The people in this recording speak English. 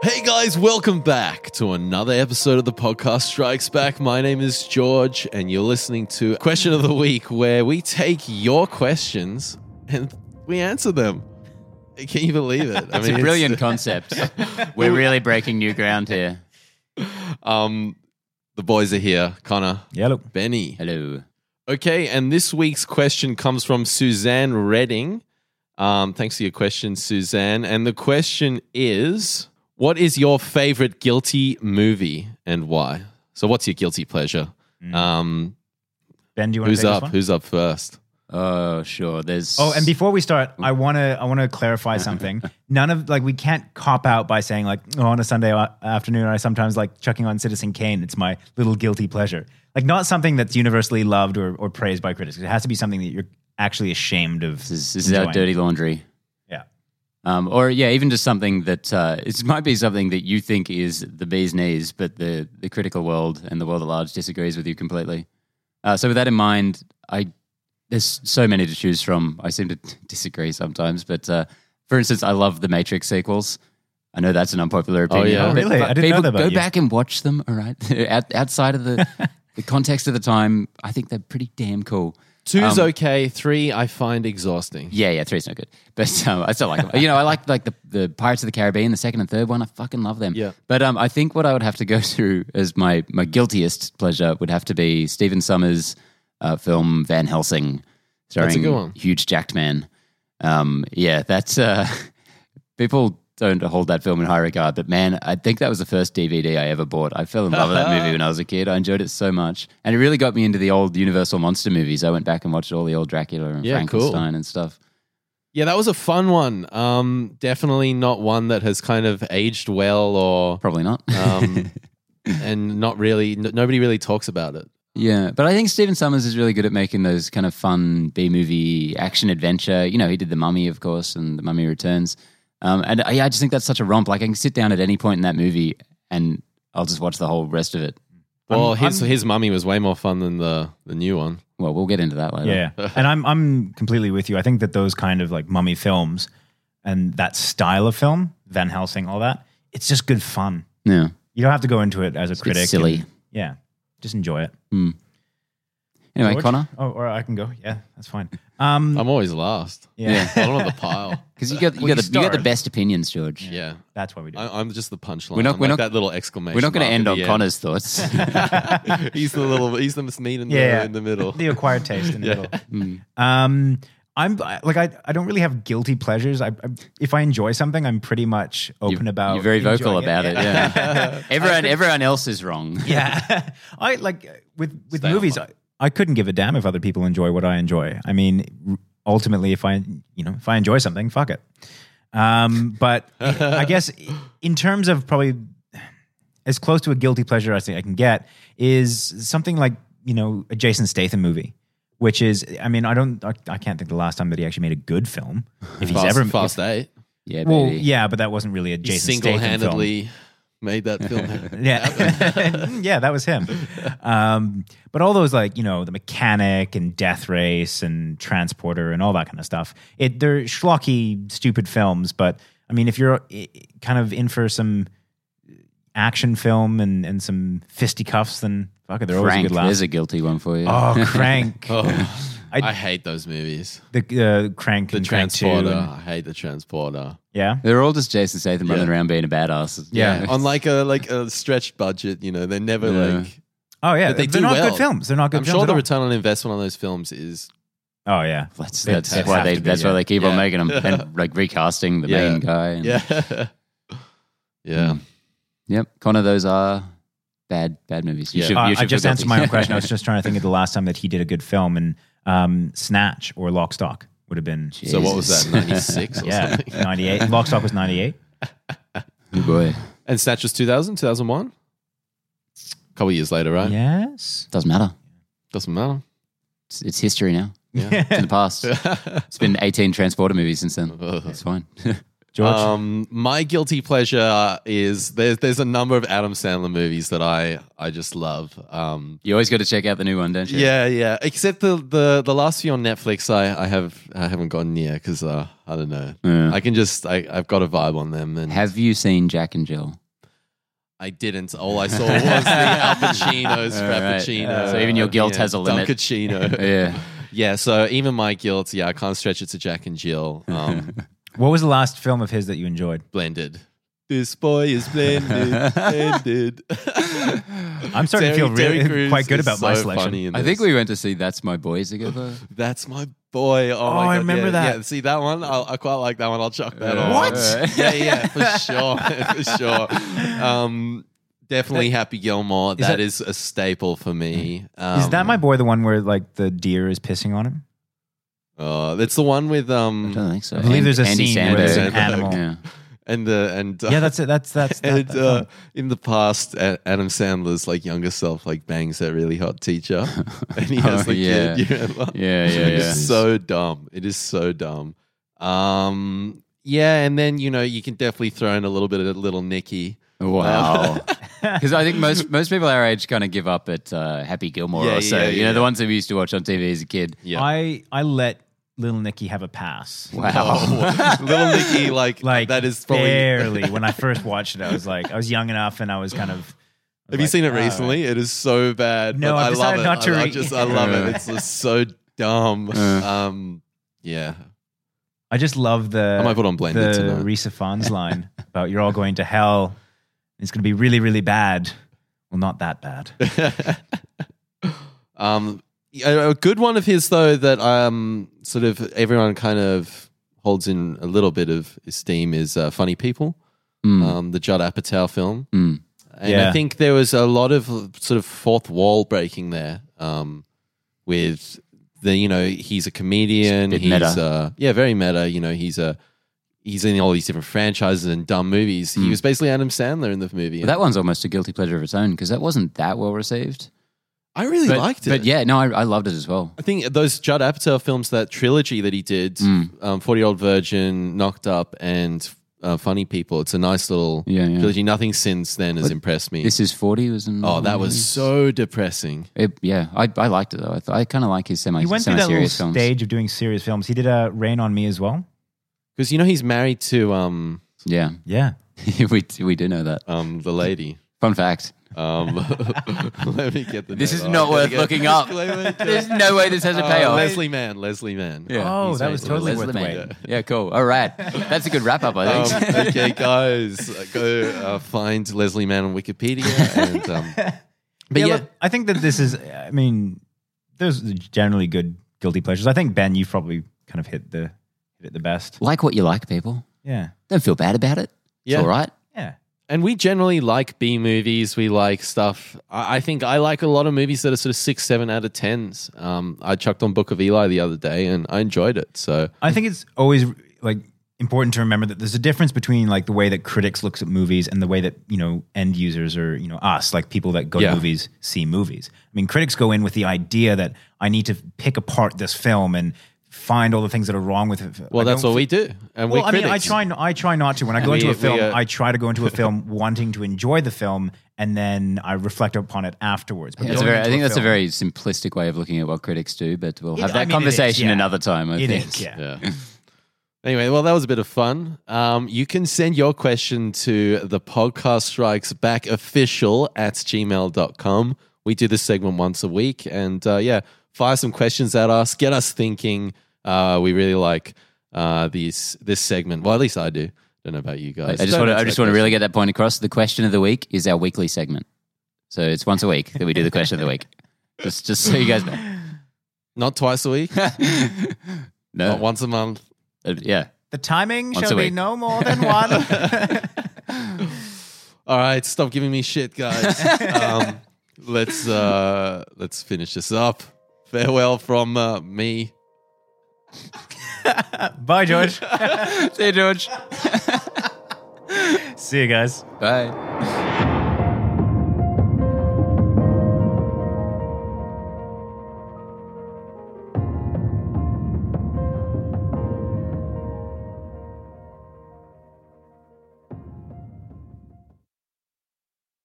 Hey guys, welcome back to another episode of the podcast Strikes Back. My name is George, and you're listening to Question of the Week, where we take your questions and we answer them. Can you believe it? I It's a brilliant concept. We're really breaking new ground here. Um, the boys are here Connor, Yellow. Benny. Hello. Okay, and this week's question comes from Suzanne Redding. Um, thanks for your question, Suzanne. And the question is What is your favorite guilty movie and why? So, what's your guilty pleasure? Um, Ben, do you want who's to Mm. take up? this one? Who's up first? Oh, sure. There's. Oh, and before we start, I want to I want to clarify something. None of like we can't cop out by saying like oh, on a Sunday a- afternoon I sometimes like chucking on Citizen Kane. It's my little guilty pleasure. Like not something that's universally loved or, or praised by critics. It has to be something that you're actually ashamed of. this is, this is our enjoying. dirty laundry. Yeah. Um, or yeah, even just something that uh, it might be something that you think is the bee's knees, but the the critical world and the world at large disagrees with you completely. Uh, so with that in mind, I there's so many to choose from. I seem to disagree sometimes, but uh, for instance, I love the Matrix sequels. I know that's an unpopular opinion. yeah. but- Oh, Really? but I didn't know people that about Go you. back and watch them. All right, Out, outside of the the context of the time, I think they're pretty damn cool. Two's Um, okay. Three, I find exhausting. Yeah, yeah, three's no good, but um, I still like them. You know, I like like the, the Pirates of the Caribbean, the second and third one. I fucking love them. Yeah. but um, I think what I would have to go through as my my guiltiest pleasure would have to be Stephen Summers' uh, film Van Helsing, starring That's a good one. huge jacked man. Um, yeah, that's uh, people don't hold that film in high regard, but man, I think that was the first DVD I ever bought. I fell in love with that movie when I was a kid. I enjoyed it so much, and it really got me into the old Universal monster movies. I went back and watched all the old Dracula and Yeah, cool. Frankenstein and stuff. Yeah, that was a fun one. Um, definitely not one that has kind of aged well or, Probably not. um, and not really, n- nobody really talks about it. yeah, but I think Stephen Summers is really good at making those kind of fun B movie action adventure. You know, he did The Mummy, of course, and The Mummy Returns. Um, and I, I just think that's such a romp. Like I can sit down at any point in that movie and I'll just watch the whole rest of it. Well, I'm- his I'm- his mummy was way more fun than the the new one. Well, we'll get into that later. Yeah, and I'm I'm completely with you. I think that those kind of like mummy films and that style of film, Van Helsing, all that, it's just good fun. Yeah. You don't have to go into it as a a bit critic. silly. and- yeah, just enjoy it. Anyway, George? Connor, Oh. Oh, or I can go. Yeah, that's fine. Um, I'm always last. yeah, Bottom of the pile. because you got you Well, got the, you you got the started. best opinions, George. Yeah, that's why we do. it. I, I'm just the punchline. We're not- I'm we're like not- that little exclamation. We're not going to mark end at on the Connor's thoughts. end. he's the little. He's the meat in the Yeah. in the middle. the acquired taste in the Yeah. middle. Mm. Um, I'm I- like I, I don't really have guilty pleasures. I, I if I enjoy something, I'm pretty much open You're- about. You're very vocal enjoying about it. Yeah. everyone, everyone else is wrong. yeah. I like uh, with with Stay on movies. I, mine. I couldn't give a damn if other people enjoy what I enjoy. I mean, r- ultimately, if I you know if I enjoy something, fuck it. Um, but I guess in terms of probably as close to a guilty pleasure as I can get is something like you know a Jason Statham movie. Which is, I mean, I don't, I, I can't think the last time that he actually made a good film. If he's fast, ever, fast eight. Yeah, well, baby. yeah, but that wasn't really a He Jason Statham film. single-handedly made that film. Yeah, Mm, yeah, that was him. Um, but all those like you know the mechanic and Death Race and Transporter and all that kind of stuff. It they're schlocky, stupid films. But I mean, if you're eh, kind of in for some action film and and some fisticuffs, then fuck it, they're always a Frank, good laugh. there's a guilty one for you. oh, Crank, oh, I, I- hate those movies. the uh, Crank, The and Crank Two, transporter. and- I hate the transporter. yeah, They're all just Jason Statham Yeah. running around being a badass. Yeah. on like a like a stretched budget. You know, they're never Yeah. like. oh yeah, But they they do are not well. good films. They're not good I'm films. sure at the all. return on investment on those films is oh yeah, that's They- that's they why have they to be, that's why yeah. they keep on Yeah. making them and like recasting the Yeah. main guy. and- yeah, yeah. Mm. Yep. Connor, those are bad bad movies. You Yeah. should, Uh, you should I just feel answered guilty. my own question. I was just trying to think of the last time that he did a good film, and um, Snatch or Lock, Stock would have been So what was that? Jesus. Ninety six or yeah something. ninety eight. Lock, Stock was ninety eight. Good Oh, boy. And Snatch was 2000, 2001? A couple years later, right? Yes. Doesn't matter. Doesn't matter. It's, it's history now. Yeah. It's in the past. it's been 18 Transporter movies since then. Ugh. It's fine. George. Um, my guilty pleasure is there's there's a number of Adam Sandler movies that I I just love. Um, You always got to check out the new one, don't you? yeah, yeah. Except the the the last few on Netflix, I I have I haven't gone near because uh, I don't know. Yeah. I can just I I've got a vibe on them, and Have you seen Jack and Jill? I didn't. All I saw was the Al Pacino's All right. Frappuccino. uh, So even your guilt Yeah, has a limit. Dunkachino. Yeah. yeah. So even my guilt, yeah, I can't stretch it to Jack and Jill. Um, what was the last film of his that you enjoyed? blended. This boy is blended. blended. I'm starting to feel really- quite good about my selection. I think we went to see That's My Boy together. That's my boy. Oh, my I God, remember yeah, that. Yeah. See that one? I, I quite like that one. I'll chuck that Yeah. on. What? Yeah, yeah, for sure, for sure. Um, definitely Happy Gilmore. that- that is a staple for me. Um, is that my boy the one where like the deer is pissing on him? Uh, that's the one with I um don't think so. Mm. I believe there's a Andy scene where there's an Samberg. animal. Yeah. and the and uh, Yeah, that's it. That's that's. that- and that uh, film. in the past, A- Adam Sandler's like younger self like bangs that really hot teacher, and he Oh, has the yeah. kid. You remember? Yeah, yeah, It's yeah. so dumb. It is so dumb. Um, yeah, and then you know you can definitely throw in a little bit of Little Nicky. Wow. Because I think most most people our age kind of give up at uh, Happy Gilmore Yeah, or so. yeah, you know, yeah. the ones that we used to watch on TV as a kid. Yeah. I I let Little Nicky have a pass. Wow. Oh, little Nicky, like, Like that is probably. barely. when I first watched it, I was like, I was young enough, and I was "Oh, kind of. Have you seen it uh, recently? It is so bad. No, but I've I love decided it. not to I, I re- just I love it. It's just so dumb. Uh. um, yeah, I just love the I might put on the blended tonight. Risa Fons line about "You're all going to hell. It's going to be really, really bad." Well, not that bad. um, a, a good one of his though that um sort of everyone kind of holds in a little bit of esteem is uh, Funny People, Mm, um, the Judd Apatow film, mm. and Yeah. I think there was a lot of sort of fourth wall breaking there um, with the you know he's a comedian, It's a bit he's meta. uh, yeah very meta, you know he's a he's in all these different franchises and dumb movies. He Mm. was basically Adam Sandler in the movie. Well, that one's almost a guilty pleasure of its own because that wasn't that well received. I really but, liked it. But yeah, no, I, I loved it as well. I think those Judd Apatow films, that trilogy that he did, Mm. um, 40 Year Old Virgin, Knocked Up, and uh, Funny People, it's a nice little Yeah, yeah. trilogy. Nothing since then has impressed me. This is 40 was in. oh, that was so depressing. It, yeah, I, I liked it though. I, th- I kind of like his semi He went through that little serious films. stage of doing serious films. He did a Rain on Me as well. Because you know he's married to um, Yeah, Yeah, we, we do know that. um, the lady. Fun fact. Um, let me get the This name. is Oh, not I worth gotta get- looking up. Disclaimer, There's no way this has a uh, payoff. Leslie Mann, Leslie Mann. Yeah. Oh, he's that right. was totally Leslie worth the Mann. wait. Yeah, cool. All right. That's a good wrap up, I Um, think. okay, guys, uh, go uh, find Leslie Mann on Wikipedia. And, um, but yeah, look, I think that this is. I mean, there's generally good guilty pleasures. I think Ben, you've probably kind of hit the hit it the best. like what you like, people. Yeah, Don't feel bad about it. It's Yeah. all right. yeah. And we generally like B movies. We like stuff. I, I think I like a lot of movies that are sort of six, seven out of tens. Um, I chucked on Book of Eli the other day and I enjoyed it. So I think it's always like important to remember that there's a difference between like the way that critics looks at movies and the way that you know end users or you know us like people that go Yeah. to movies see movies. I mean, critics go in with the idea that I need to pick apart this film and find all the things that are wrong with it. well, I that's don't what we do. And Well, we're I mean, I critics. try. n- I try not to. When I go into We- a film, we, uh, I try to go into a film wanting to enjoy the film, and then I reflect upon it afterwards. But That's a going very, I into think that's a film- very simplistic way of looking at what critics do, but we'll It- have I that mean, it is, conversation yeah. another time, I It think. is, yeah. Yeah. Anyway, well, that was a bit of fun. Um, you can send your question to the podcast strikes back official at gmail.com. We do this segment once a week. And uh, yeah, fire some questions at us, get us thinking. Uh, we really like uh, these this segment. Well, at least I do. Don't know about you I, I guys. just Don't want to, answer I that just want to question. really get that point across. The question of the week is our weekly segment. So it's once a week that we do the question of the week. Just, just so you guys know. Not twice a week, No. not once a month. Uh, yeah. The timing Once shall a be week. no more than one. All right, stop giving me shit, guys. um, let's uh, let's finish this up. Farewell from uh, me. Bye, George. See you, George. See you guys. Bye.